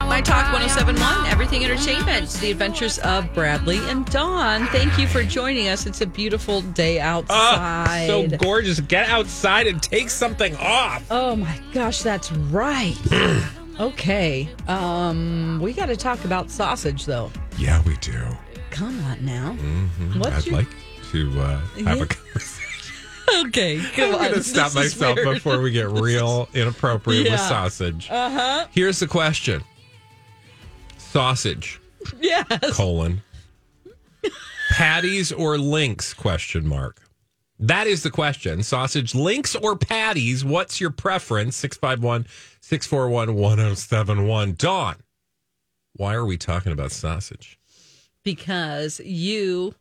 My Talk 1071, Everything Entertainment, The Adventures of Bradley and Dawn. Thank you for joining us. It's a beautiful day outside. Ah, so gorgeous. Get outside and take something off. oh my gosh, that's right. okay. Um, we got to talk about sausage though. Yeah, we do. Come on now. What's Mm-hmm. I'd your like to uh, have a conversation. Okay, I'm come on. going to stop This is myself weird. before we get real inappropriate with Yeah. sausage. Uh-huh. Here's the question. Sausage, Yes. colon. patties or links, question mark. That is the question. Sausage, links or patties? What's your preference? 651 641 1071. Dawn, why are we talking about sausage? Because you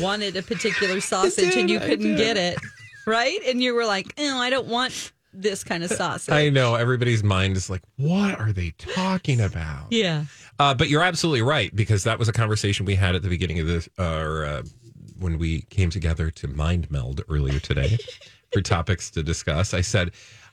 wanted a particular sausage did, and you I couldn't did. get it, right? And you were like, "Oh, I don't want this kind of sausage." I know everybody's mind is like, what are they talking about? yeah. Uh, but you're absolutely right because that was a conversation we had at the beginning of this, or uh, when we came together to mind meld earlier today for topics to discuss. I said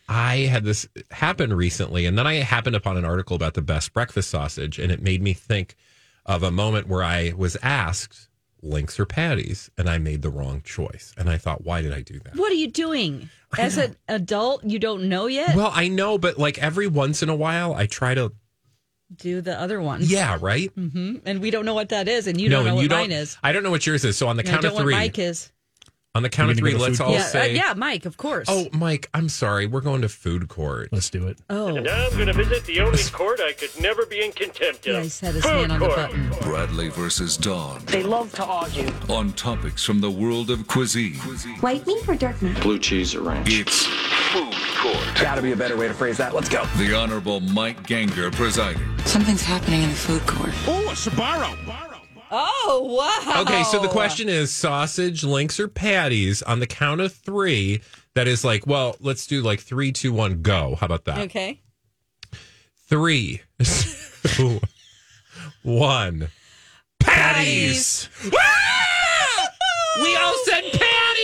I had this happen recently, and then I happened upon an article about the best breakfast sausage, and it made me think of a moment where I was asked links or patties, and I made the wrong choice, and I thought, why did I do that? What are you doing? As an adult, you don't know yet. Well, I know, but like every once in a while, I try to Do the other one. Yeah, right. hmm And we don't know what that is, and you don't know and what you mine is. I don't know what yours is. So on the And I count don't of know three, what Mike is. on the count of We need three, to go to let's food all court. yeah, uh, say, yeah, Mike, of course. "Oh, Mike, I'm sorry, we're going to food court." Let's do it. oh. And I'm going to visit the only court I could never be in contempt of. Yeah, he's had his Food hand on the court. button. Bradley versus Dawn They love to argue. on topics from the world of cuisine. White meat or dark meat? blue cheese or ranch. It's food court. Gotta be a better way to phrase that. Let's go. The Honorable Mike Ganger presiding. Something's happening in the food court. Oh, wow. Okay, so the question is sausage, links, or patties on the count of three. That is like, well, let's do like three, two, one, go. How about that? Okay. Three, two, one. Patties. we all said patties.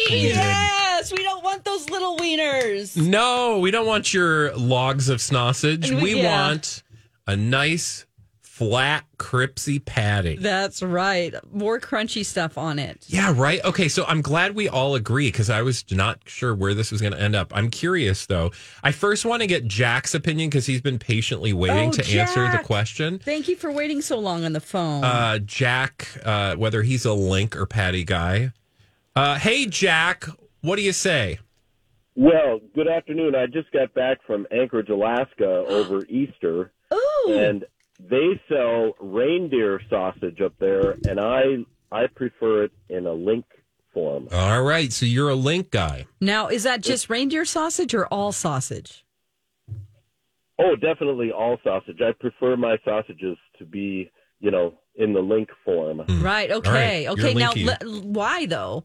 Yes, we don't want those little wieners. No, we don't want your logs of sausage. And we- We yeah. want a nice, flat, cripsy patty. That's right. More crunchy stuff on it. yeah, right. Okay, so I'm glad we all agree because I was not sure where this was going to end up. I'm curious though. I first want to get Jack's opinion because he's been patiently waiting Oh, to answer the Jack. question. Thank you for waiting so long on the phone. Uh, Jack, uh, whether he's a link or patty guy. Uh, hey, Jack, what do you say? Well, good afternoon. I just got back from Anchorage, Alaska over Easter, Ooh. and they sell reindeer sausage up there, and I I prefer it in a link form. All right, so you're a link guy. now, is that just reindeer sausage or all sausage? Oh, definitely all sausage. I prefer my sausages to be, you know, in the link form. Hmm. Right. right, Okay. you're okay. Now, linky. le- why though?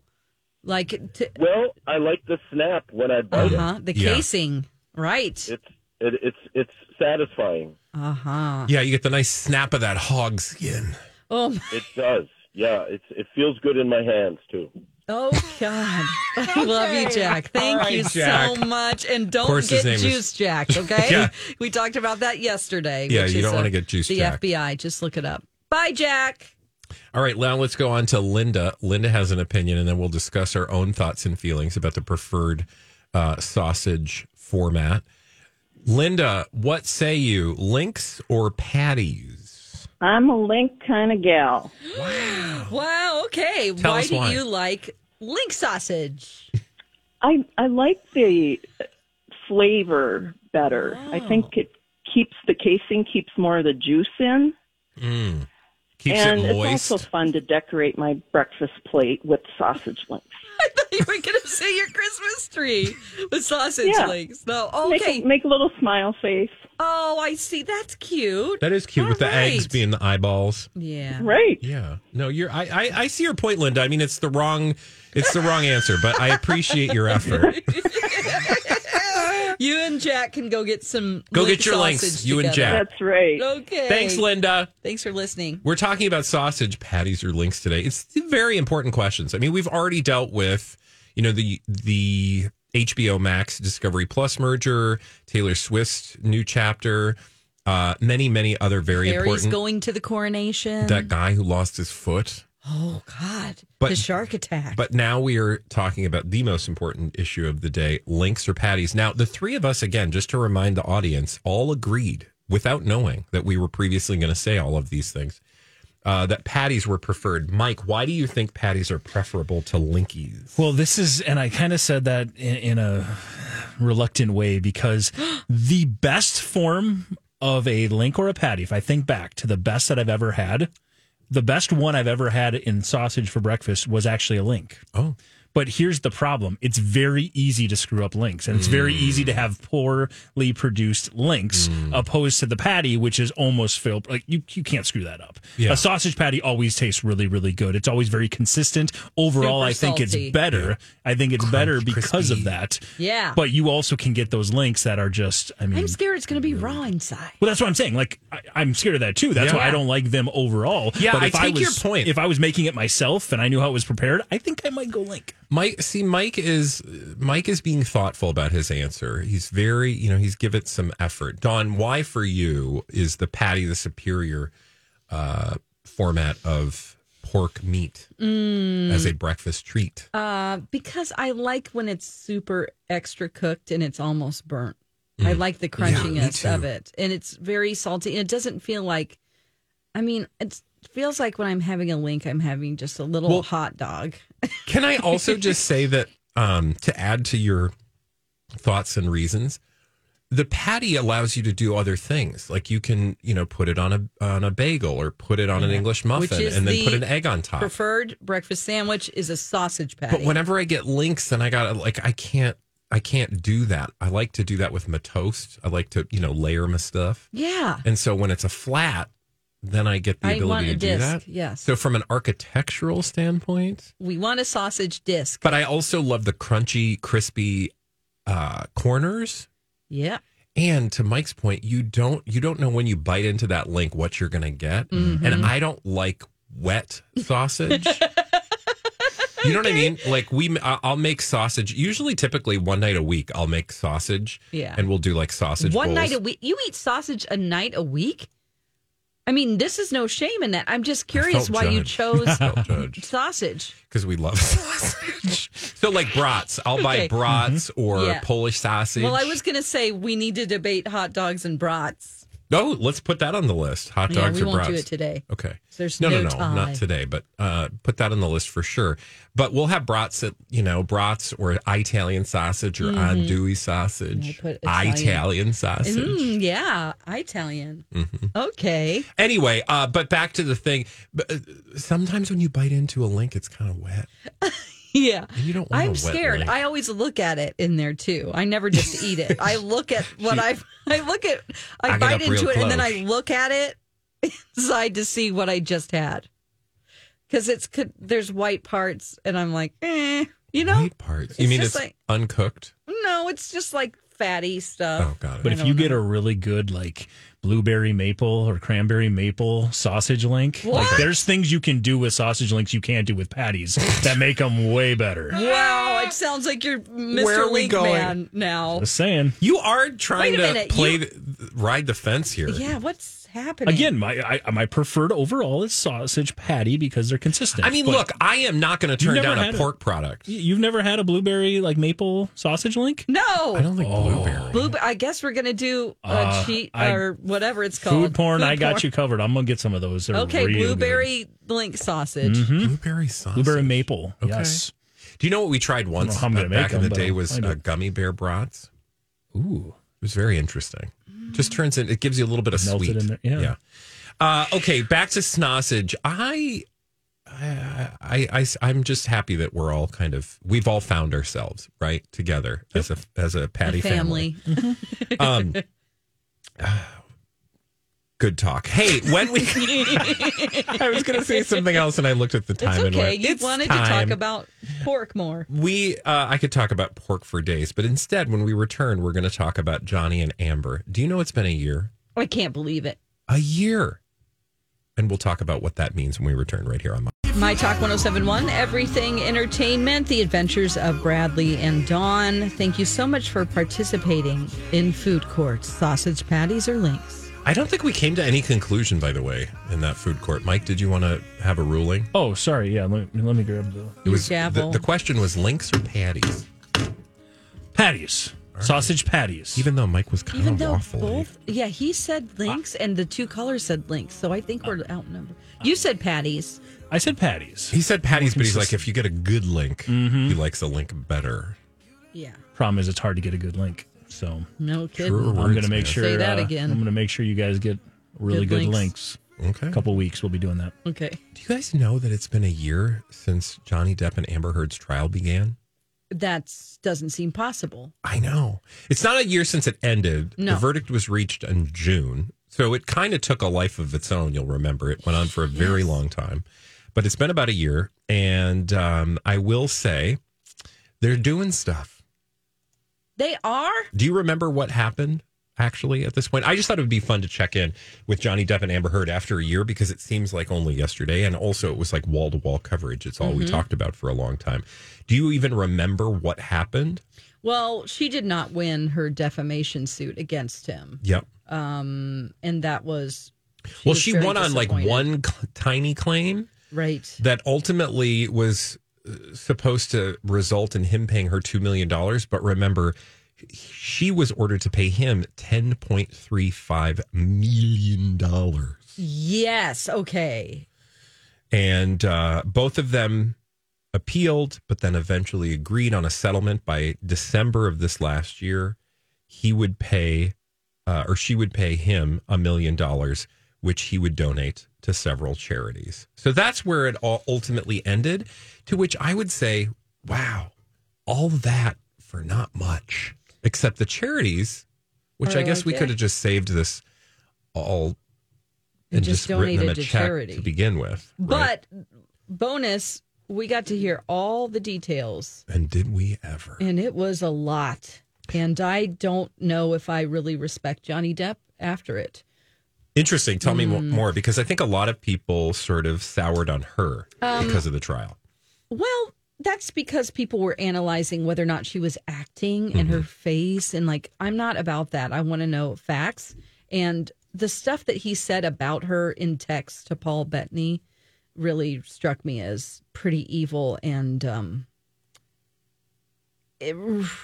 Like, t- Well, I like the snap when I uh bite Uh-huh. huh. The Yeah. casing. Right. it. It's it, it's it's satisfying. Uh huh. Yeah, you get the nice snap of that hog skin. Oh, my- It does. Yeah, it's it feels good in my hands too. oh God! I love you, Jack. Thank All right, you Jack. so much. And don't course his get name is- juice, Jack. Okay. Yeah. We talked about that yesterday. Yeah, which you is, don't uh, wanna get juice, The Jack. FBI. Just look it up. Bye, Jack. All right, now let's go on to Linda. Linda has an opinion, and then we'll discuss our own thoughts and feelings about the preferred uh, sausage format. Linda, what say you, links or patties? I'm a link kind of gal. Wow. Okay. Tell why us do why. you like link sausage? I I like the flavor better. I think it keeps the casing keeps more of the juice in, Mm. Keeps and it moist. it's also fun to decorate my breakfast plate with sausage links. I thought you were going to say your Christmas tree with sausage Yeah. links. No. Make Okay. a, make a little smile face, oh, I see. That's cute. that is cute with All the eggs right. being the eyeballs. Yeah. right? Yeah. No, you're I, I I see your point, Linda. I mean it's the wrong it's the wrong answer, but I appreciate your effort. You and Jack can go get some. Go link get your links, sausage you and together. That's right. Okay. Thanks, Linda. Thanks for listening. We're talking about sausage patties or links today. It's very important questions. I mean, we've already dealt with, you know, the the HBO Max Discovery Plus merger, Taylor Swift's new chapter, uh, many many other very Barry's important. going to the coronation. that guy who lost his foot. oh God! But- the shark attack. But now we are talking about the most important issue of the day: links or patties. Now, the three of us again, just to remind the audience, all agreed without knowing that we were previously going to say all of these things. Uh, that patties were preferred. Mike, why do you think patties are preferable to linkies? Well, this is, and I kind of said that in, in a reluctant way because the best form of a link or a patty, if I think back to the best that I've ever had, the best one I've ever had in sausage for breakfast was actually a link. Oh, But here's the problem it's very easy to screw up links, and it's very easy to have poorly produced links opposed to the patty, which is almost filled. Like, you, you can't screw that up. Yeah. A sausage patty always tastes really, really good. It's always very consistent. Overall, Super I think salty. it's better. I think it's better because crispy. of that. Yeah. But you also can get those links that are just, I mean, Mm. I'm scared it's going to be raw inside. well, that's what I'm saying. Like, I, I'm scared of that too. That's Yeah. why I don't like them overall. Yeah, but I if take was, your point. If I was making it myself and I knew how it was prepared, I think I might go link. Mike, see, Mike is Mike is being thoughtful about his answer. He's very, you know, he's give it some effort. Don, why for you is the patty the superior uh, format of pork meat as a breakfast treat? Mm. Uh, because I like when it's super extra cooked and it's almost burnt. I Mm. like the crunchiness of it, and it's very salty, and it doesn't feel like. I mean, it's, it feels like when I'm having a link, I'm having just a little Well- hot dog. Can I also just say that um, to add to your thoughts and reasons, the patty allows you to do other things. Like you can, you know, put it on a on a bagel or put it on an English muffin is and then the put an egg on top. Preferred breakfast sandwich is a sausage patty. Ah. But whenever I get links, then I got like I can't I can't do that. I like to do that with my toast. I like to you know layer my stuff, yeah, and so when it's a flat, then I get the I ability want a to do disc, that. yes. So from an architectural standpoint, we want a sausage disc. but I also love the crunchy, crispy uh, corners. yeah, And to Mike's point, you don't you don't know when you bite into that link what you're gonna get. Mm-hmm. And I don't like wet sausage. you know what I mean? Like we, I- I'll make sausage. Usually, typically one night a week, I'll make sausage. Yeah. and we'll do like sausage. one bowls. night a week. You eat sausage a night a week. I mean, this is no shame in that. I'm just curious felt why you judged. chose Felt judged. sausage. because we love sausage. so like brats, I'll buy Okay. Mm-hmm. brats or Yeah. Polish sausage. Well, I was going to say we need to debate hot dogs and brats. no. Oh, Let's put that on the list. Hot yeah, dogs we or won't brats. do it today. Okay. There's no, no, no no, not time. today, but uh, put that on the list for sure. But we'll have brats that you know, brats or Italian sausage or andouille sausage, Mm-hmm. I put Italian, Italian. sausage. Mm-hmm. Mm, yeah, Italian. Okay. Anyway, uh, but back to the thing. But, uh, sometimes when you bite into a link, it's kind of wet. Yeah. You don't. Want a I'm wet scared. link. I always look at it in there too. I never just eat it. I look at what I I look at I, I get up bite real into it and then I close. look at it inside to see what I just had. Cuz it's could there's white parts and I'm like, "Eh, you know, White parts. You it's mean it's just like- uncooked? no, it's just like fatty stuff." Oh, got it. But if don't you get a really good like blueberry maple or cranberry maple sausage link, like What? there's things you can do with sausage links you can't do with patties that make them way better. Oh. Wow, it sounds like you're Mr. Where are we Link going? Man now. Just saying. You are Wait trying a to minute, play you- th- ride the fence here. Yeah, what's happening? Again, my I, my preferred overall is sausage patty because they're consistent. I mean, but look, I am not going to turn never down a had a- pork product. y- you've never had a blueberry like maple sausage link? no. I don't think blueberry. Blue, I guess we're gonna do a Uh, cheat I- or whatever it's called. Food porn, Food I got porn. you covered. I'm gonna get some of those. They're Okay, real good. blueberry link sausage. Blueberry sauce. blueberry maple. Yes. Do you know what we tried once how I'm gonna uh, make back in them, the but day I'll was find uh, out. gummy bear brats? Ooh, It was very interesting. Just turns in, it gives you a little bit of melted sweet. in there. Yeah. Uh, okay, back to sausage. I, I, I, I, am just happy that we're all kind of we've all found ourselves right together as a as a patty A family. family. Um, good talk. Hey, when we, I was going to say something else, and I looked at the time It's and okay. went, You "It's wanted to time." talk about pork more. We, uh, I could talk about pork for days, but instead, when we return, we're going to talk about Johnny and Amber. Do you know it's been a year? I can't believe it. A year. And we'll talk about what that means when we return right here on. My- My Talk 1071, Everything Entertainment, The Adventures of Bradley and Dawn. Thank you so much for participating in food courts, sausage patties, or links. I don't think we came to any conclusion, by the way, in that food court. Mike, did you want to have a ruling? Oh, sorry. Yeah. Let me, let me grab the It was the, gavel. the question was links or patties. patties, sausage patties. Even though Mike was kind Even of though waffly. both, yeah, he said links and the two colors said links. So I think Uh. we're outnumbered. You said patties. I said patties. He said patties, but he's like, if you get a good link, he likes a link better. Yeah. Problem is, it's hard to get a good link. So No kidding. True I'm words, gonna man. make sure. Say that uh, again. I'm gonna make sure you guys get really Good good, links. links. Okay. A couple weeks, we'll be doing that. Okay. Do you guys know that it's been a year since Johnny Depp and Amber Heard's trial began? That doesn't seem possible. I know. It's not a year since it ended. No. The verdict was reached in June. So it kind of took a life of its own. You'll remember it went on for a very long time, but it's been about a year. And um, I will say they're doing stuff. They are? Do you remember what happened actually at this point? I just thought it would be fun to check in with Johnny Depp and Amber Heard after a year because it seems like only yesterday. And also, it was like wall to wall coverage. It's all we talked about for a long time. Do you even remember what happened? Well, she did not win her defamation suit against him. Yep. And that was. well, was she very won on like disappointed. one cl- tiny claim Right. that ultimately was uh, supposed to result in him paying her $2 million. But remember, she was ordered to pay him $10.35 million. Yes. Okay. and uh, both of them appealed, but then eventually agreed on a settlement by December of this last year. He would pay, uh, or she would pay him a million dollars, which he would donate to several charities. So that's where it all ultimately ended. To which I would say, wow, all that for not much, except the charities, which Are I guess like we it. could have just saved this all. And, just just, written them donated a to check charity. to begin with. But right? bonus, we got to hear all the details, And did we ever? and it was a lot. And I don't know if I really respect Johnny Depp after it. Interesting. Tell me mo- more because I think a lot of people sort of soured on her because of the trial. Well, that's because people were analyzing whether or not she was acting and her face. And like, I'm not about that. I want to know facts. And the stuff that he said about her in text to Paul Bettany really struck me as pretty evil and um, it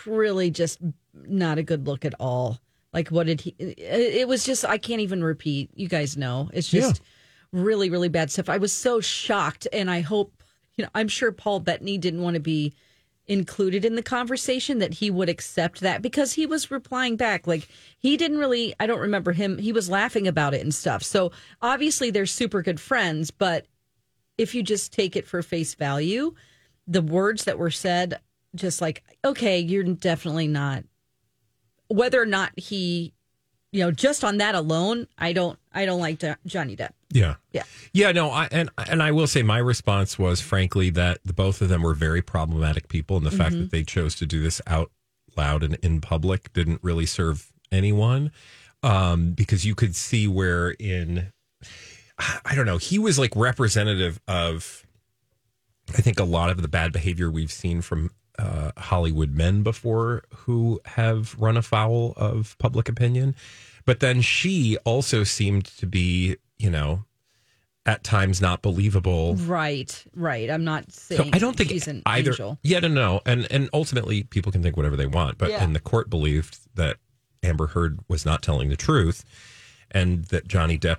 really just not a good look at all. Like, what did he? It it was just, I can't even repeat. You guys know. It's just really, really bad stuff. I was so shocked. And I hope, you know, I'm sure Paul Bettany didn't want to be included in the conversation that he would accept that because he was replying back. Like, he didn't really, I don't remember him. He was laughing about it and stuff. So obviously they're super good friends, but if you just take it for face value, the words that were said, just like, okay, you're definitely not, whether or not he, you know, just on that alone, I don't, I don't like Jo- Johnny Depp. Yeah. Yeah. Yeah, no, I and and I will say my response was frankly that the both of them were very problematic people and the fact that they chose to do this out loud and in public didn't really serve anyone um because you could see where in I I don't know, he was like representative of I think a lot of the bad behavior we've seen from uh, Hollywood men before who have run afoul of public opinion. But then she also seemed to be, you know, at times not believable. Right, right. I'm not So saying I don't think she's an either. angel. Yeah, no, no, and and ultimately people can think whatever they want, but Yeah. and the court believed that Amber Heard was not telling the truth, and that Johnny Depp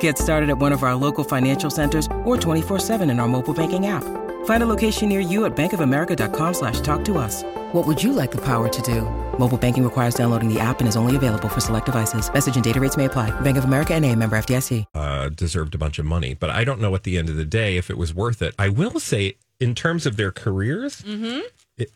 Get started at one of our local financial centers or 24-7 in our mobile banking app. Find a location near you at bankofamerica.com slash talk to us. What would you like the power to do? Mobile banking requires downloading the app and is only available for select devices. Message and data rates may apply. Bank of America and a member FDIC. uh, deserved a bunch of money. But I don't know at the end of the day if it was worth it. I will say, in terms of their careers, Mm-hmm. it,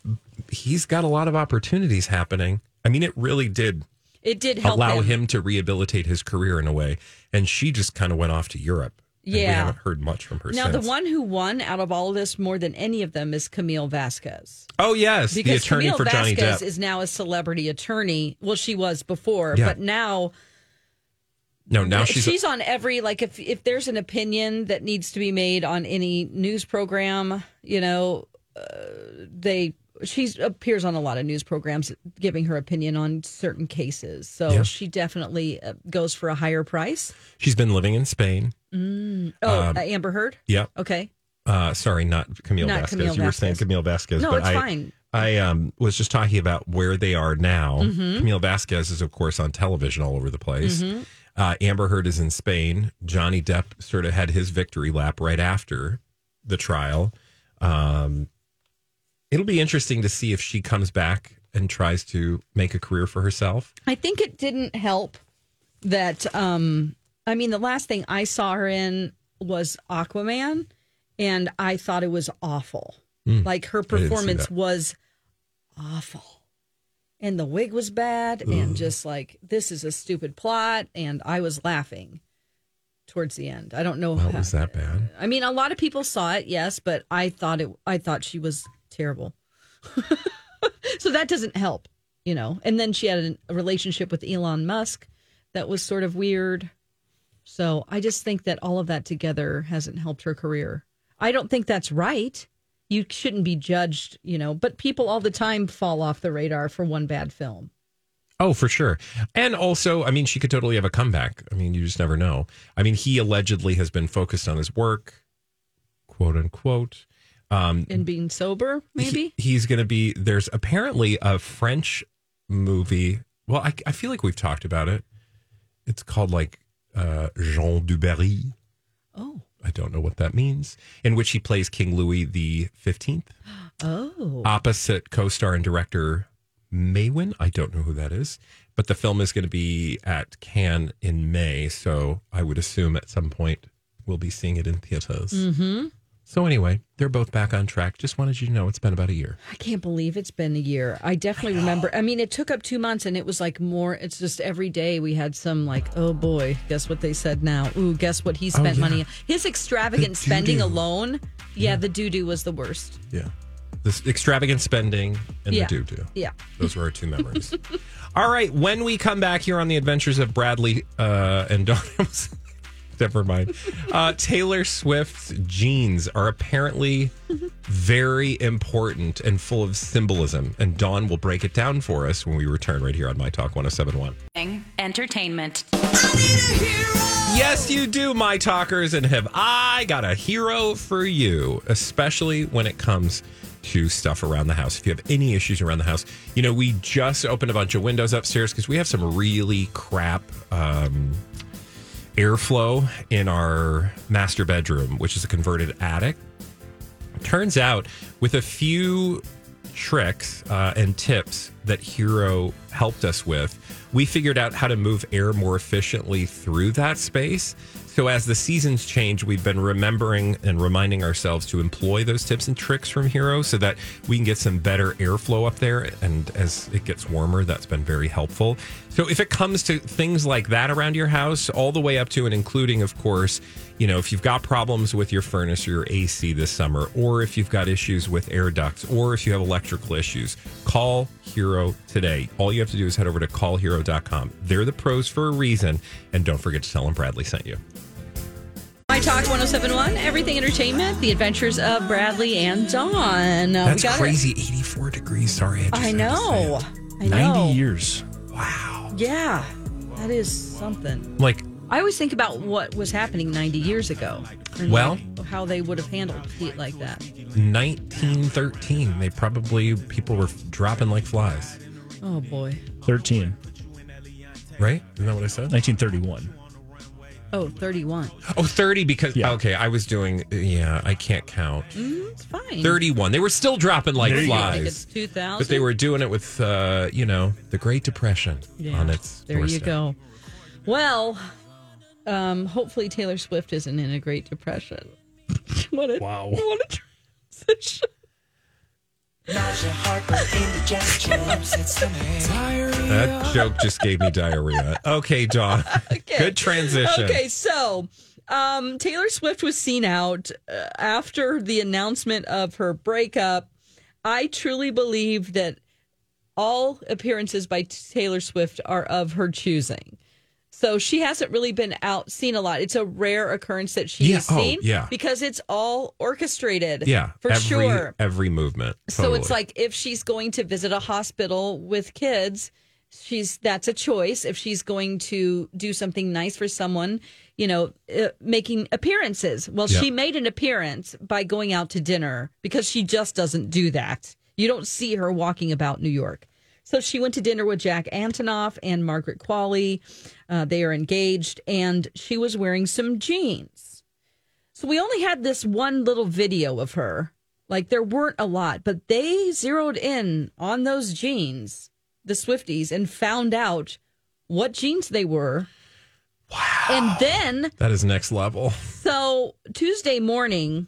he's got a lot of opportunities happening. I mean, it really did It did help allow him. him. to rehabilitate his career in a way. And she just kind of went off to Europe. And we Yeah. haven't heard much from her Now, since. the one who won out of all of this more than any of them is Camille Vasquez. oh, yes, the because attorney Camille for Johnny Vasquez Depp. is now a celebrity attorney. Well, she was before, Yeah. but now no, now she's, on every like if if there's an opinion that needs to be made on any news program, you know, uh, they she appears on a lot of news programs giving her opinion on certain cases. So Yeah. she definitely uh, goes for a higher price. she's been living in Spain. Mm. Oh, Um, uh, Amber Heard. Yeah. Okay. Uh, sorry, not Camille Not Vasquez. Camille you were saying Vasquez. Camille Vasquez. No, but it's I, fine. I um, was just talking about where they are now. Mm-hmm. Camille Vasquez is, of course, on television all over the place. Uh, Amber Heard is in Spain. Johnny Depp sort of had his victory lap right after the trial. Um, it'll be interesting to see if she comes back and tries to make a career for herself. I think it didn't help that um I mean the last thing I saw her in was Aquaman and I thought it was awful. Mm, like her didn't see performance that. was awful. And the wig was bad and Ugh. just like this is a stupid plot and I was laughing towards the end. I don't know Well, how- was that bad? I mean a lot of people saw it, yes, but I thought it I thought she was terrible. so that doesn't help, you know. And then she had an, a relationship with Elon Musk that was sort of weird. So I just think that all of that together hasn't helped her career. I don't think that's right. You shouldn't be judged, you know, but people all the time fall off the radar for one bad film. Oh, for sure. And also, I mean, she could totally have a comeback. I mean, you just never know. I mean, he allegedly has been focused on his work, quote unquote. Um, And being sober, maybe? he- he's going to be there's apparently a French movie. Well, I, I feel like we've talked about it. It's called like uh, Jean Dubarry. Oh. I don't know what that means. In which he plays King Louis the Fifteenth, Oh. opposite co-star and director Maywin. I don't know who that is, but the film is going to be at Cannes in May, so I would assume at some point we'll be seeing it in theaters. hmm So anyway, they're both back on track. Just wanted you to know it's been about a year. I can't believe it's been a year. I definitely remember. I mean, it took up two months and it was like more, it's just every day we had some like, oh boy, guess what they said now? Ooh, guess what he spent Oh, yeah. money on? His extravagant The spending doo-doo. alone. Yeah, the doo doo was the worst. Yeah. This extravagant spending and yeah. the doo doo. Yeah. Those were our two memories. All right. When we come back here on the adventures of Bradley uh, and Don, never mind. Uh, Taylor Swift's jeans are apparently very important and full of symbolism. And Dawn will break it down for us when we return right here on My Talk 1071. Entertainment. Yes, you do, my talkers, and have I got a hero for you, especially when it comes to stuff around the house. If you have any issues around the house, you know, we just opened a bunch of windows upstairs because we have some really crap um, airflow in our master bedroom, which is a converted attic. Turns out, with a few tricks uh, and tips that Hero helped us with, we figured out how to move air more efficiently through that space. So as the seasons change, we've been remembering and reminding ourselves to employ those tips and tricks from Hero so that we can get some better airflow up there. And as it gets warmer, that's been very helpful. So if it comes to things like that around your house, all the way up to and including, of course, you know, if you've got problems with your furnace or your AC this summer, or if you've got issues with air ducts, or if you have electrical issues, call Hero today. All you have to do is head over to callhero.com. They're the pros for a reason. And don't forget to tell them Bradley sent you. My Talk 1071, Everything Entertainment, The Adventures of Bradley and Dawn. Uh, That's we got it. crazy. 84 degrees. Sorry. I, just I had to know. say I it. know. years. Yeah, that is something. Like, I always think about what was happening 90 years ago. and, Well- like, how they would have handled heat like that. 1913, they probably, people were dropping like flies, Oh boy. 13. right? Isn't that what I said? 1931. Oh, 31. Oh, 30 because, okay, I was doing, yeah, I can't count. Mm, it's fine. 31. They were still dropping like There you go. I think it's flies. 2000. But they were doing it with, uh, you know, the Great Depression Yeah, on its there you doorstep. go. Well, um, hopefully Taylor Swift isn't in a Great Depression. what a, wow. What a transition. That joke just gave me diarrhea. Okay, Dawn. Good transition. Okay, so um, Taylor Swift was seen out uh, after the announcement of her breakup. I truly believe that all appearances by Taylor Swift are of her choosing. So she hasn't really been out seen a lot. It's a rare occurrence that she Yeah, is oh, seen yeah. because it's all orchestrated. Yeah, for every, sure. Every movement. So it's Totally. like if she's going to visit a hospital with kids, she's that's a choice. If she's going to do something nice for someone, you know, uh, making appearances. Well, Yeah. she made an appearance by going out to dinner because she just doesn't do that. You don't see her walking about New York. So she went to dinner with Jack Antonoff and Margaret Qualley. Uh, they are engaged, and she was wearing some jeans. So we only had this one little video of her. Like there weren't a lot, but they zeroed in on those jeans, the Swifties, and found out what jeans they were. Wow. And then that is next level. so Tuesday morning,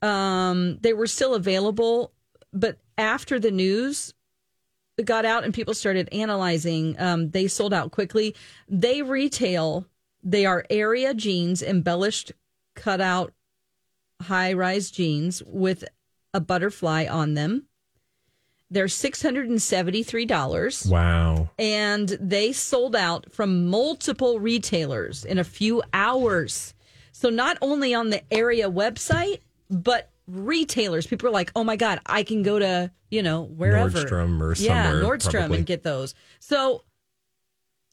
um, they were still available, but after the news got out and people started analyzing, um, they sold out quickly. They retail. They are area jeans, embellished, cutout, high-rise jeans with a butterfly on them. They're six hundred and seventy-three dollars Wow. and they sold out from multiple retailers in a few hours. So not only on the area website, but retailers. People are like, "Oh my god, I can go to you know wherever Nordstrom or yeah somewhere, Nordstrom probably. and get those." So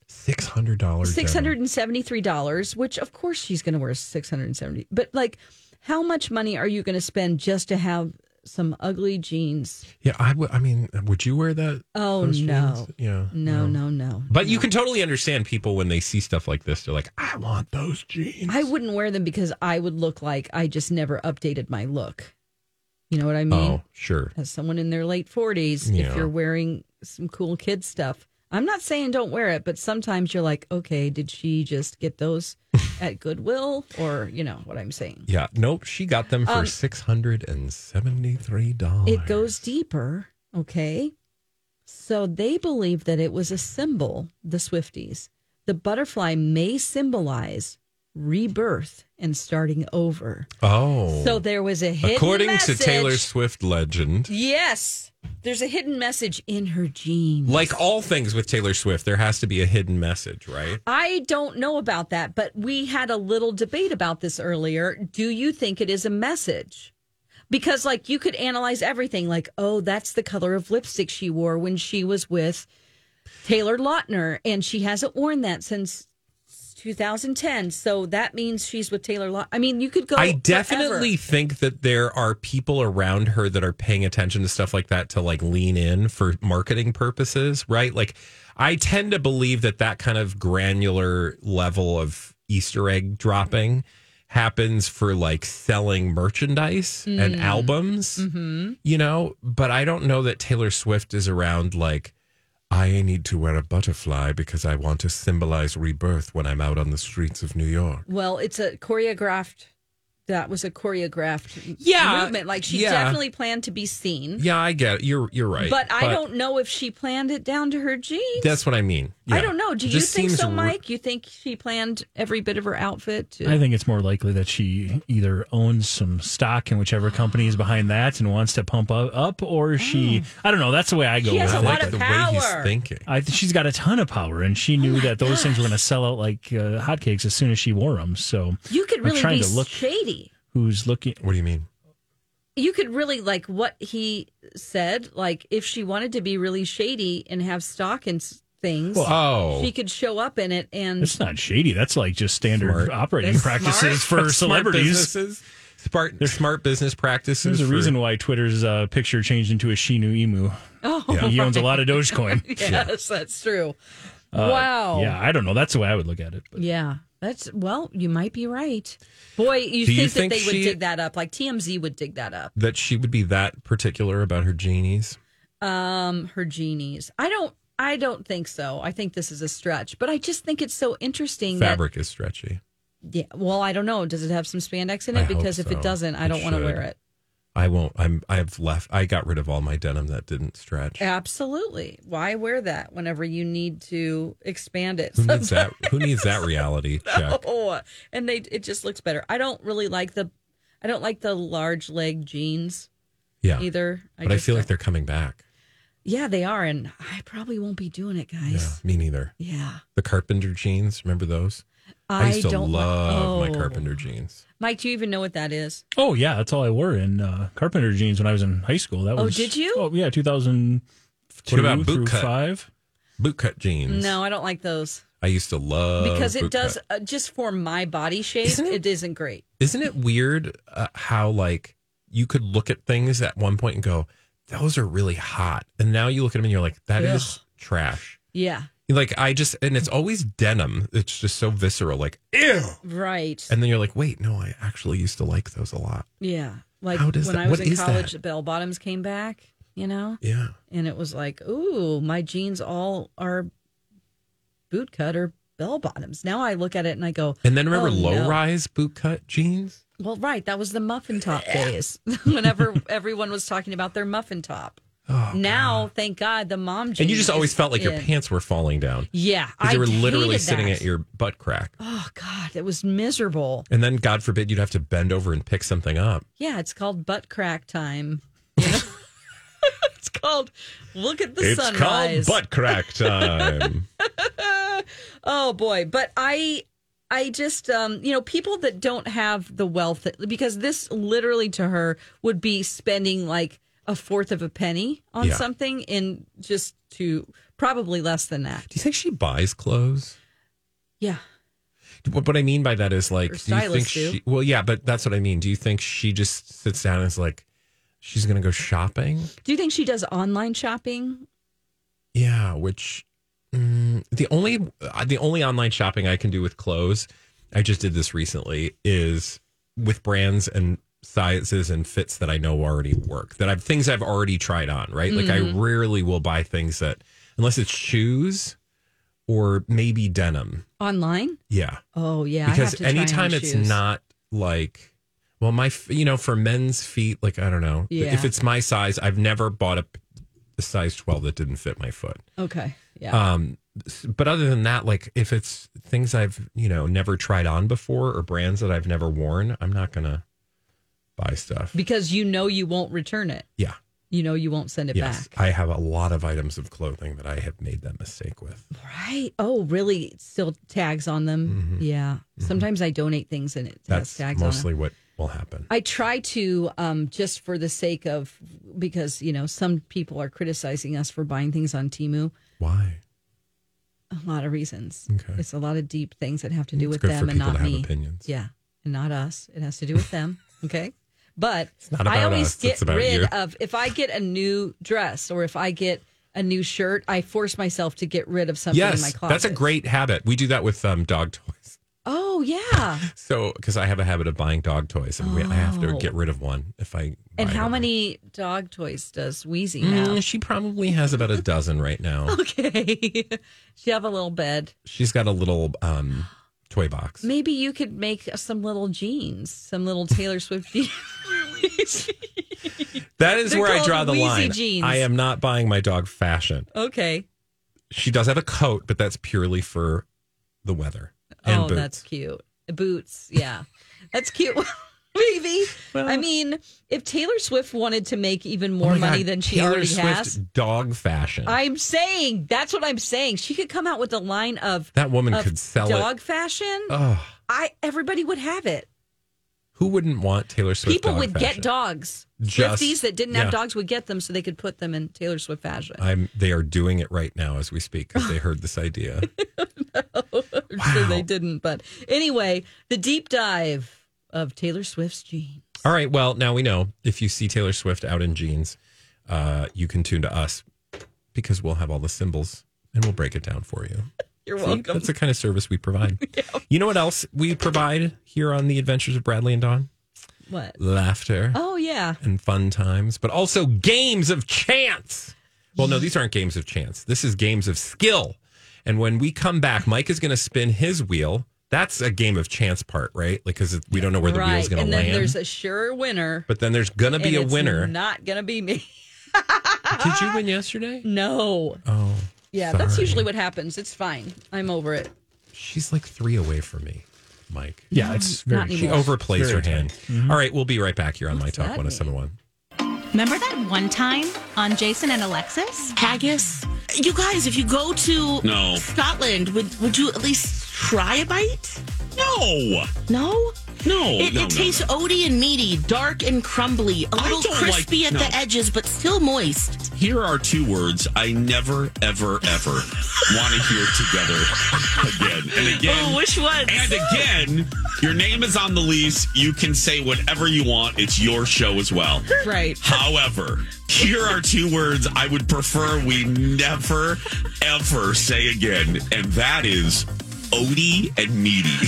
Six hundred dollars. six hundred and seventy-three dollars, which of course she's going to wear six hundred and seventy. But like, how much money are you going to spend just to have some ugly jeans? Yeah, I would. I mean, would you wear that? Oh those no, jeans? Yeah. no, no, no. But you can totally understand people when they see stuff like this. They're like, I want those jeans. I wouldn't wear them because I would look like I just never updated my look. You know what I mean? Oh, sure. As someone in their late 40s, Yeah. if you're wearing some cool kid stuff, I'm not saying don't wear it, but sometimes you're like, okay, did she just get those at Goodwill? Or, you know what I'm saying? Yeah. Nope. She got them for Um, six hundred and seventy-three dollars. It goes deeper, okay? So they believe that it was a symbol, the Swifties. The butterfly may symbolize rebirth and starting over. Oh. So there was a hidden According message. to Taylor Swift legend, Yes, there's a hidden message in her jeans. like all things with Taylor Swift, there has to be a hidden message, right? I don't know about that, but we had a little debate about this earlier. Do you think it is a message? Because like you could analyze everything like, oh, that's the color of lipstick she wore when she was with Taylor Lautner and she hasn't worn that since 2010. So that means she's with Taylor Lautner. I mean, you could go I forever. definitely think that there are people around her that are paying attention to stuff like that to like lean in for marketing purposes, right? Like, I tend to believe that that kind of granular level of Easter egg dropping happens for like selling merchandise and Mm. albums, Mm-hmm. Mhm. you know, but I don't know that Taylor Swift is around like, I need to wear a butterfly because I want to symbolize rebirth when I'm out on the streets of New York. Well, it's a choreographed. That was a choreographed Yeah, movement. Like she yeah. definitely planned to be seen. Yeah, I get it. You're, you're right. But I don't know if she planned it down to her jeans. That's what I mean. I Yeah. don't know. Do It you just think seems so, re- Mike? you think she planned every bit of her outfit? To- I think it's more likely that she either owns some stock in whichever company is behind that and wants to pump up, up or she, I don't know. That's the way I go Oh. She has with a it. lot of Oh The way he's power. thinking. I, th- she's got a ton of power, and she knew that those things were going to sell out like uh, hotcakes as soon as she wore them. So you could I'm really trying be to look shady. who's looking. What do you mean? You could really like what he said. Like if she wanted to be really shady and have stock in s- things, Well, oh. she could show up in it and It's not shady. That's like just standard Smart. operating They're smart. practices for Smart celebrities. businesses. Smart, smart business practices. There's a for- reason why Twitter's uh, picture changed into a Shinu Emu. Oh, He owns a right. lot of Dogecoin. yes, that's true. Uh, wow. Yeah, I don't know. That's the way I would look at it. Yeah, that's well. You might be right, boy. You Do think, you think that they she- would dig that up? Like TMZ would dig that up. that she would be that particular about her genies. Um, her genies. I don't. I don't think so. I think this is a stretch, but I just think it's so interesting. Fabric is stretchy. That, yeah. Well, I don't know. Does it have some spandex in I it? hope because if so. it doesn't, I It don't want to should. wear it. I won't. I'm. I've left. I got rid of all my denim that didn't stretch. Absolutely. Why wear that whenever you need to expand it? Who needs that? Who needs that reality check? Oh, and they it just looks better. I don't really like the, I don't like the large leg jeans. Yeah. Either. but I just feel don't- like they're coming back. Yeah, they are, and I probably won't be doing it, guys. Me neither. Yeah. The carpenter jeans. Remember those? I, I used to don't like- love my oh. carpenter jeans. Mike, do you even know what that is? Oh yeah, that's all I wore in uh, carpenter jeans when I was in high school. That Oh, was. did you? Oh yeah, two thousand two What about boot through cut? five. Bootcut jeans. No, I don't like those I used to love because it boot does cut. uh, just for my body shape. Isn't it- it isn't great. Isn't it weird uh, how like you could look at things at one point and go, "Those are really hot," and now you look at them and you're like, "That is Ugh. trash." Yeah. Like I just and it's always denim. It's just so visceral. Like ew. Right. And then you're like, wait, no, I actually used to like those a lot. Yeah. Like How when does that- I was what in is college, that? the bell bottoms came back, you know? Yeah. And it was like, ooh, my jeans all are boot cut or bell bottoms. Now I look at it and I go, And then remember oh, low no. rise boot cut jeans? Well, right. That was the muffin top days whenever everyone was talking about their muffin top. now, thank God, the mom jeans. Oh, And you just always is felt like your in. pants were falling down. Yeah, Because I they were literally hated sitting that. at your butt crack. Oh, God. It was miserable. And then, God forbid, you'd have to bend over and pick something up. Yeah, it's called butt crack time. You know? it's called look at the sunrise. crack time. oh boy, but I I just um you know people that don't have the wealth because this literally to her would be spending like a fourth of a penny on Yeah. something in just to probably less than that. Do you think she buys clothes? Yeah. What, what I mean by that is like, Her do you think stylists do. she? Well, yeah, but that's what I mean. Do you think she just sits down and is like, she's gonna go shopping? Do you think she does online shopping? Yeah, which mm, the only uh, the only online shopping I can do with clothes, I just did this recently, is with brands and sizes and fits that I know already work. That I've things I've already tried on. Right, like I Mhm. Mm-hmm. rarely will buy things that unless it's shoes or maybe denim. Online? Yeah, Oh yeah, I have because to try on anytime it's shoes. not like. Well, my, f- you know, for men's feet, like, I don't know. Yeah. If it's my size, I've never bought a, p- a size 12 that didn't fit my foot. Okay. Yeah. Um, s- but other than that, like if it's things I've you know never tried on before or brands that I've never worn, I'm not gonna buy stuff. because you know you won't return it. Yeah. You know you won't send it back. Yes, I have a lot of items of clothing that I have made that mistake with. Right. Oh, really? It Still tags on them. Yeah. Sometimes I donate things and it Mm-hmm. has That's tags mostly on what will happen. it. I try to um, just for the sake of because you know some people are criticizing us for buying things on Timu. Why? A lot of reasons. Okay. It's a lot of deep things that have to do It's with good them for and people not to have me. opinions. Yeah, and not us. It has to do with them. Okay. But not I about always us, get it's about rid you. of if I get a new dress or if I get a new shirt, I force myself to get rid of something in my yes, closet. that's a great habit. We do that with um, dog toys. Oh Oh yeah. So, because I have a habit of buying dog toys, and we, I have to Oh. get rid of one if I. And buy how one. many dog toys does Wheezy Mm, have? she probably has about a dozen right now. Okay. she have a little bed. She's got a little um, toy box. Maybe you could make some little jeans, some little Taylor Swift jeans. That is They're where I called draw the Wheezy line. jeans. I am not buying my dog fashion. okay. She does have a coat, but that's purely for the weather and Oh, boots. that's cute. Boots, yeah. that's cute. Maybe. I mean, if Taylor Swift wanted to make even Oh more my money God, than she Taylor already Swift has, Dog fashion. I'm saying that's what I'm saying. She could come out with a line of That woman of could sell it. dog fashion. oh, I everybody would have it. who wouldn't want Taylor Swift? People dog would fashion? get dogs. Just- Swifties that didn't yeah. have dogs would get them so they could put them in Taylor Swift fashion. I'm. They are doing it right now as we speak because they heard this idea. I'm sure they didn't, but anyway, the deep dive of Taylor Swift's jeans. All right. Well, now we know if you see Taylor Swift out in jeans, uh, you can tune to us because we'll have all the symbols and we'll break it down for you. You're See, welcome. that's the kind of service we provide. You know what else we provide here on the Adventures of Bradley and Dawn? What? Laughter Oh yeah. and fun times, but also games of chance. Well, no, these aren't games of chance. This is games of skill. And when we come back, Mike is going to spin his wheel. That's a game of chance part, right? Like, because we don't know where the right. wheel's going and to then land. there's a sure winner. but then there's going to be and a it's winner. Not gonna be me. Did you win yesterday? No. Oh, Yeah, that's Sorry. usually what happens. It's fine. I'm over it. she's like three away from me, Mike. Yeah, it's Mm, Not very. She anymore. overplays Very Mm-hmm. her hand. All right, we'll be right back here on My Talk that 1071. Remember that one time on Jason and Alexis? Haggis? You guys, if you go to No. Scotland, would would you at least try a bite? No. No? No, It, no, it no, tastes oaty and meaty, dark and crumbly, a I little don't crispy like- at no. the edges, but still moist. Here are two words I never, ever, ever want to hear together again and again. Oh, which ones? And again, your name is on the lease. You can say whatever you want. It's your show as well. Right. However, here are two words I would prefer we never, ever say again, and that is odie and meaty.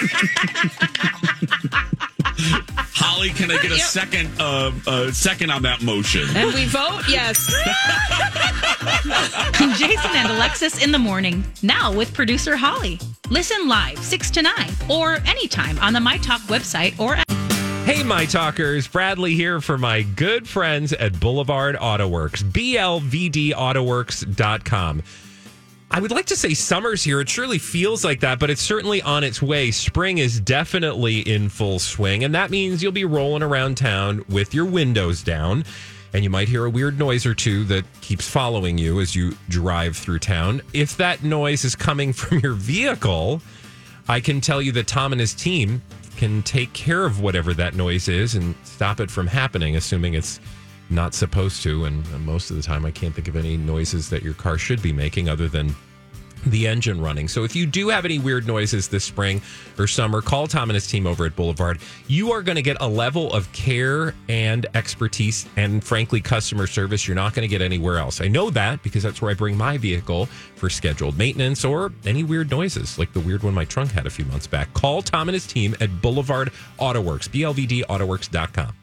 Holly, can I get a second uh, uh, second on that motion? And we vote yes. Jason and Alexis in the morning, now with producer Holly. Listen live 6 to 9 or anytime on the My Talk website or Hey, My Talkers. Bradley here for my good friends at Boulevard Autoworks, blvdautoworks.com. I would like to say summer's here. It surely feels like that, but it's certainly on its way. Spring is definitely in full swing, and that means you'll be rolling around town with your windows down, and you might hear a weird noise or two that keeps following you as you drive through town. If that noise is coming from your vehicle, I can tell you that Tom and his team can take care of whatever that noise is and stop it from happening, assuming it's not supposed to. And uh, most of the time, I can't think of any noises that your car should be making other than the engine running. So if you do have any weird noises this spring or summer, call Tom and his team over at Boulevard. You are going to get a level of care and expertise and frankly customer service you're not going to get anywhere else. I know that because that's where I bring my vehicle for scheduled maintenance or any weird noises like the weird one my trunk had a few months back. Call Tom and his team at Boulevard Autoworks, blvdautoworks.com.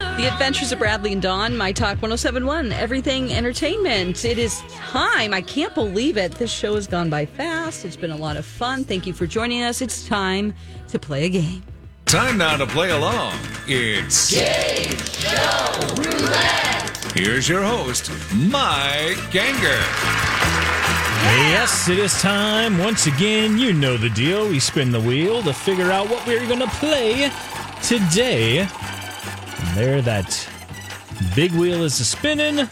The Adventures of Bradley and Dawn, My Talk 1071, Everything Entertainment. It is time. I can't believe it. This show has gone by fast. It's been a lot of fun. Thank you for joining us. It's time to play a game. Time now to play along. It's Game Show Roulette. Here's your host, Mike Ganger. Yes, it is time. Once again, you know the deal. We spin the wheel to figure out what we're going to play today. And there, that big wheel is spinning.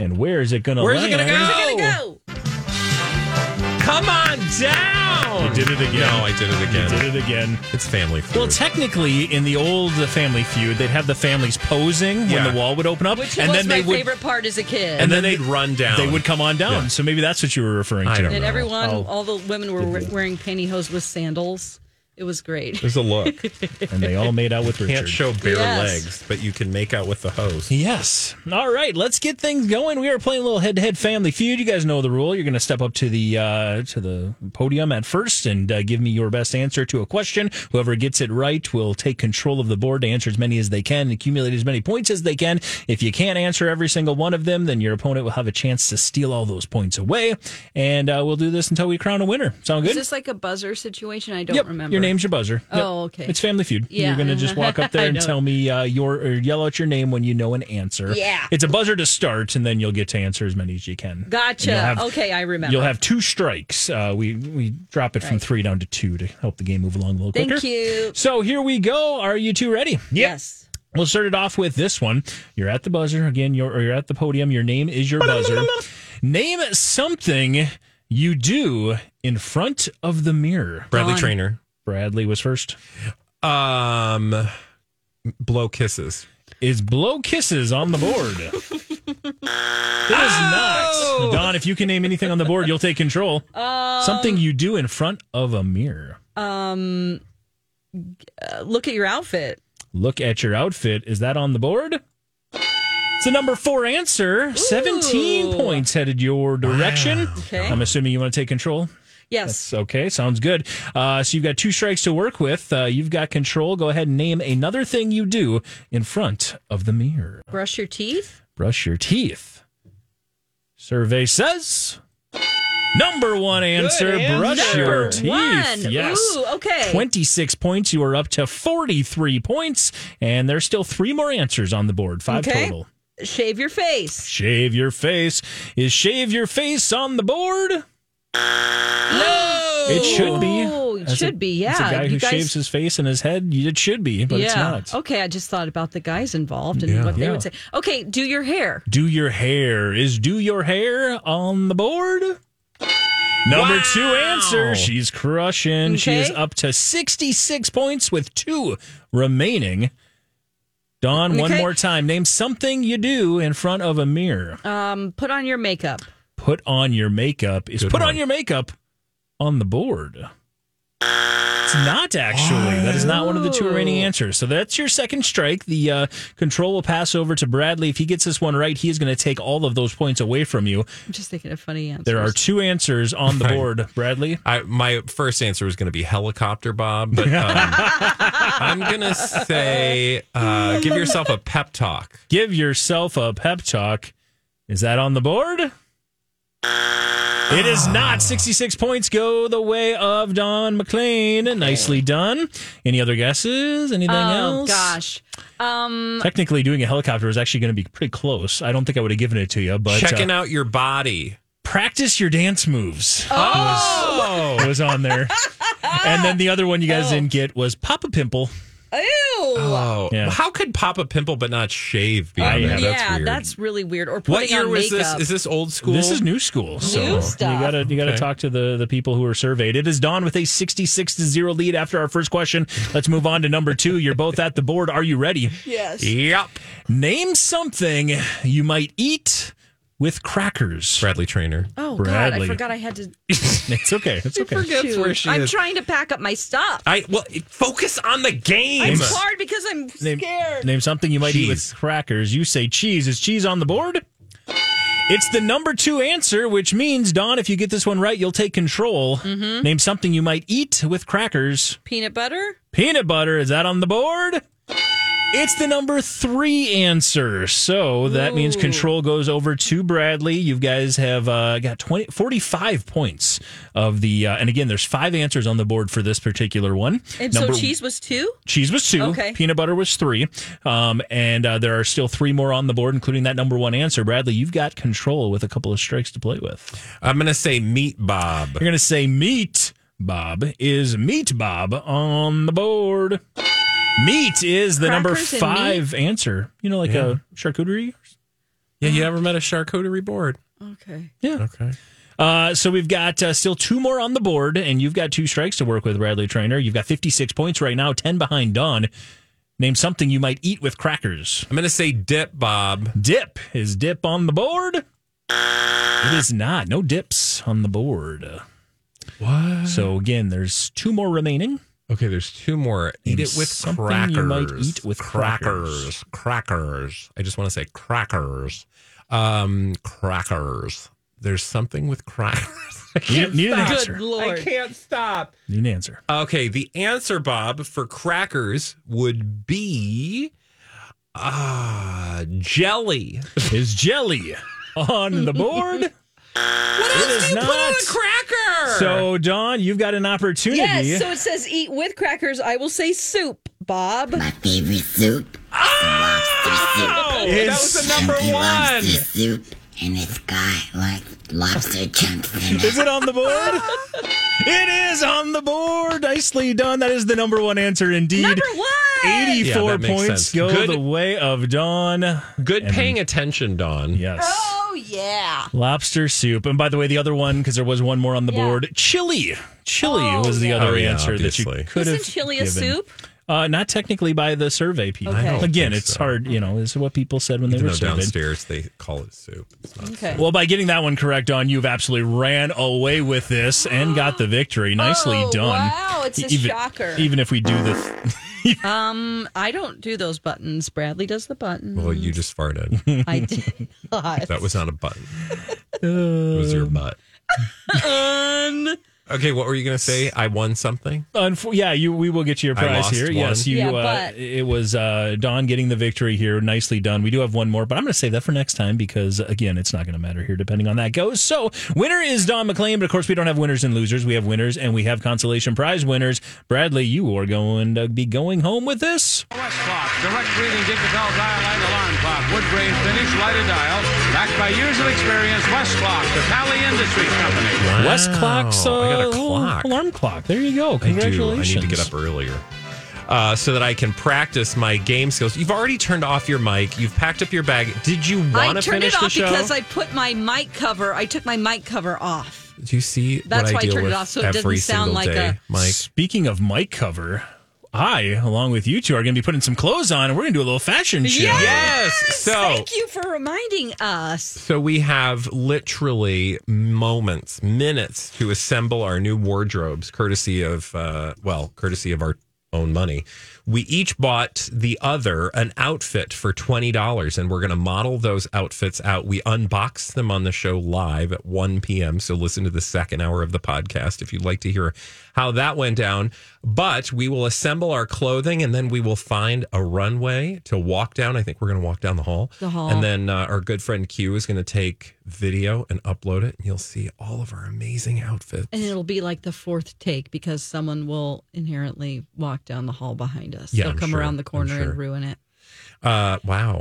And where is it going to Where land? is it gonna go? Where's it gonna go? Come on down. You did it again. No, I did it again. You did it again. It's family. Feud. Well, technically, in the old Family Feud, they'd have the families posing Yeah. when the wall would open up, Which and was then my they would, favorite part as a kid. and then they'd run down. They would come on down. So maybe that's what you were referring to. I don't and everyone, Oh. all the women were we- wearing pantyhose with sandals. It was great. There's a look. and they all made out with Can't Richard. show bare Yes. legs, but you can make out with the hose. Yes. All right, let's get things going. We are playing a little head-to-head family feud. You guys know the rule. You're going to step up to the uh, to the podium at first and uh, give me your best answer to a question. Whoever gets it right will take control of the board to answer as many as they can, and accumulate as many points as they can. If you can't answer every single one of them, then your opponent will have a chance to steal all those points away. And uh, we'll do this until we crown a winner. Sound Is good? this like a buzzer situation? I don't yep. remember. Your name's your buzzer. Yep. Oh, okay. It's Family Feud. Yeah. You're going to just walk up I there and know. tell me uh, your or yell out your name when you know an answer. Yeah. It's a buzzer to start, and then you'll get to answer as many as you can. Gotcha. And you'll have- okay, I remember. You'll have two strikes. Uh, we we drop it from Right. three down to two to help the game move along a little Thank quicker. you. So here we go. Are you two ready? Yes. We'll start it off with this one. You're at the buzzer again. You're or you're at the podium. Your name is your buzzer. Name something you do in front of the mirror. Bradley Dawn. Traynor. Bradley was first. Um, blow kisses. Is blow kisses on the board? it is not. Don, if you can name anything on the board, you'll take control. Um, Something you do in front of a mirror. Um, g- uh, look at your outfit. Look at your outfit. Is that on the board? It's a number four answer. 17 points headed your direction. Okay. I'm assuming you want to take control? Yes. That's okay. Sounds good. Uh, so you've got two strikes to work with. Uh, you've got control. Go ahead and name another thing you do in front of the mirror. Brush your teeth. brush your teeth. Survey says number one answer, answer. brush your Number teeth. one. Yes. Ooh, okay. 26 points. You are up to 43 points, and there's still three more answers on the board. Five okay. total. Shave your face. Shave your face. Is shave your face on the board? No. It should be. Oh, it As a- should be. Yeah. As a guy You who guys- shaves his face and his head, it should be, but yeah. it's not. Okay, I just thought about the guys involved and Yeah. what they Yeah. would say. Okay, do your hair. Do your hair. Is do your hair on the board? Number two answer. She's crushing. She is Okay. up to 66 points with two remaining. Dawn, one Okay. more time. Name something you do in front of a mirror. Um, put on your makeup. Put on your makeup. Is Good put one. on your makeup on the board? It's not actually. That is not one of the two remaining answers. So that's your second strike. The uh, control will pass over to Bradley. If he gets this one right, he is going to take all of those points away from you. I'm just thinking of funny answers. Oh, There are two answers on the board, Bradley. I, my first answer was going to be helicopter, Bob, but um, I'm going to say uh, give yourself a pep talk. Give yourself a pep talk. Is that on the board? It is not. 66 points go the way of Don McLean. Nicely done. Any other guesses? Anything Oh else? gosh. Um, Technically, doing a helicopter is actually going to be pretty close. I don't think I would have given it to you, but Checking uh, out your body. practice your dance moves. Oh! was, was on there. and then the other one you guys didn't get was Pop a Pimple. ew. Oh, Yeah. how could pop a pimple but not shave? I Beyond know. that? yeah, that's that's, weird. really weird. Or putting what year on was this? makeup. Is this old school? This is new school. So New stuff. you gotta you gotta Okay. talk to the, the people who are surveyed. It is Dawn with a sixty six to zero lead after our first question. Let's move on to number two. You're both at the board. Are you ready? Yes. Yep. Name something you might eat with crackers. Bradley Trainer. Oh God! I Bradley. forgot I had to. It's okay. It's okay. Forgets where she I'm is. trying to pack up my stuff. I well focus on the game. I'm hard because I'm scared. Name something you might eat Cheese. with crackers. You say cheese. Is cheese on the board? It's the number two answer, which means, Don, if you get this one right, you'll take control. Name something you might eat with crackers. Peanut butter. Peanut butter, is that on the board? It's the number three answer. So that means control goes over to Bradley. You guys have uh, got 20, 45 points of the, uh, and again, there's five answers on the board for this particular one. And so cheese was two? Cheese was two. Okay. Peanut butter was three. Um, and uh, there are still three more on the board, including that number one answer. Bradley, you've got control with a couple of strikes to play with. I'm going to say meat Bob. You're going to say meat Bob. Is meat Bob on the board? Meat is the number Crackers and five answer. You know, like Yeah. a charcuterie. Yeah, you ever met a charcuterie board? Okay. Yeah. Okay. Uh, so we've got uh, still two more on the board, and you've got two strikes to work with, Bradley Trainer. You've got 56 points right now, 10 behind Dawn. Name something you might eat with crackers. I'm going to say dip, Bob. Dip. Is dip on the board? It is not. No dips on the board. What? So again, there's two more remaining. Okay, there's two more. Eat Name it with something crackers. you might eat with crackers. Crackers. I just want to say crackers. Um, crackers. There's something with crackers. I can't need an stop. answer. Good I can't stop. Need an answer. Okay, the answer, Bob, for crackers would be uh, jelly. Is jelly on the board? What else do put Oh, you not. on a cracker? So, Dawn, you've got an opportunity. Yes, so it says eat with crackers. I will say soup, Bob. Favorite soup? Oh! that was the number one. Lobster soup, and it's got like lobster chunks in it. Is it on the board? it is on the board. Nicely done. That is the number one answer indeed. Number one. 84 Yeah, that makes points sense. go Good- the way of Dawn. Good paying attention, Dawn. Yes. Oh, yeah. Lobster soup. And by the way, the other one, because there was one more on the board, chili. Chili was the yeah. other Oh, yeah, answer that obviously. you could Isn't have. chili a given. soup? Uh, not technically by the survey people. Okay. I don't Again, think it's so. hard. You know, this is what people said when they Even were though surveyed. downstairs they call it soup. It's not Okay. Well, by getting that one correct, Don, you've absolutely ran away with this and got the victory. Nicely Oh, done. wow, it's a even, shocker. Even if we do the, um, I don't do those buttons. Bradley does the buttons. Well, you just farted. I did not. That was not a button. It was your butt. Okay, what were you going to say? I won something? Unf- yeah, you. We will get you your I prize lost here. one. Yes, you. Yeah, uh, but- it was uh, Don getting the victory here. Nicely done. We do have one more, but I'm going to save that for next time because again, it's not going to matter here, depending on that goes. So, winner is Don McLean, but of course, we don't have winners and losers. We have winners and we have consolation prize winners. Bradley, you are going to be going home with this. West clock, direct reading, digital dial, light alarm clock, wood grain finish, lighter dial, backed by years of experience, West clock, the Tally Industries Company. West clock's uh, I got a little clock. alarm clock. There you go. Congratulations. I do. I need to get up earlier. Uh, so that I can practice my game skills. You've already turned off your mic. You've packed up your bag. Did you I want to turned finish it off the show? because I put my mic cover. I took my mic cover off. Do you see? That's what why I deal turned it with off, so it doesn't every sound single like day, a- Mike? Speaking of mic cover, I, along with you two, are going to be putting some clothes on and we're going to do a little fashion show. Yes. So Thank you for reminding us. So we have literally moments, minutes to assemble our new wardrobes, courtesy of, uh, well, courtesy of our own money. We each bought the other an outfit for $20, and we're going to model those outfits out. We unbox them on the show live at 1 p.m. So listen to the second hour of the podcast if you'd like to hear how that went down. But we will assemble our clothing and then we will find a runway to walk down. I think we're going to walk down the hall. The hall. And then uh, our good friend Q is going to take video and upload it, and you'll see all of our amazing outfits. And it'll be like the fourth take because someone will inherently walk down the hall behind us. Yeah, They'll I'm come sure. around the I'm corner sure. and ruin it. Uh, wow.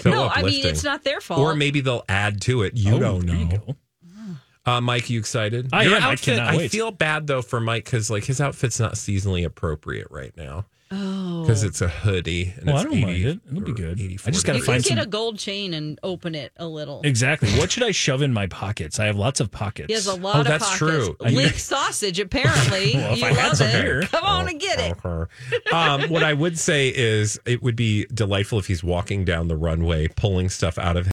So no, I mean uplifting. it's not their fault. Or maybe they'll add to it. You Oh, don't there you know. Uh, Mike, you excited? I Your am. I outfit- cannot I wait. feel bad though for Mike because like his outfit's not seasonally appropriate right now oh, because it's a hoodie. And Well, I it's don't mind it. It'll be or good. 84 I just gotta you can degrees. find get some- a gold chain and open it a little. Exactly. What should I shove in my pockets? I have lots of pockets. He has Oh, a lot of pockets. Leek sausage, apparently. Well, if you I had love some it. here. Come on and get it. Oh, um, what I would say is it would be delightful if he's walking down the runway, pulling stuff out of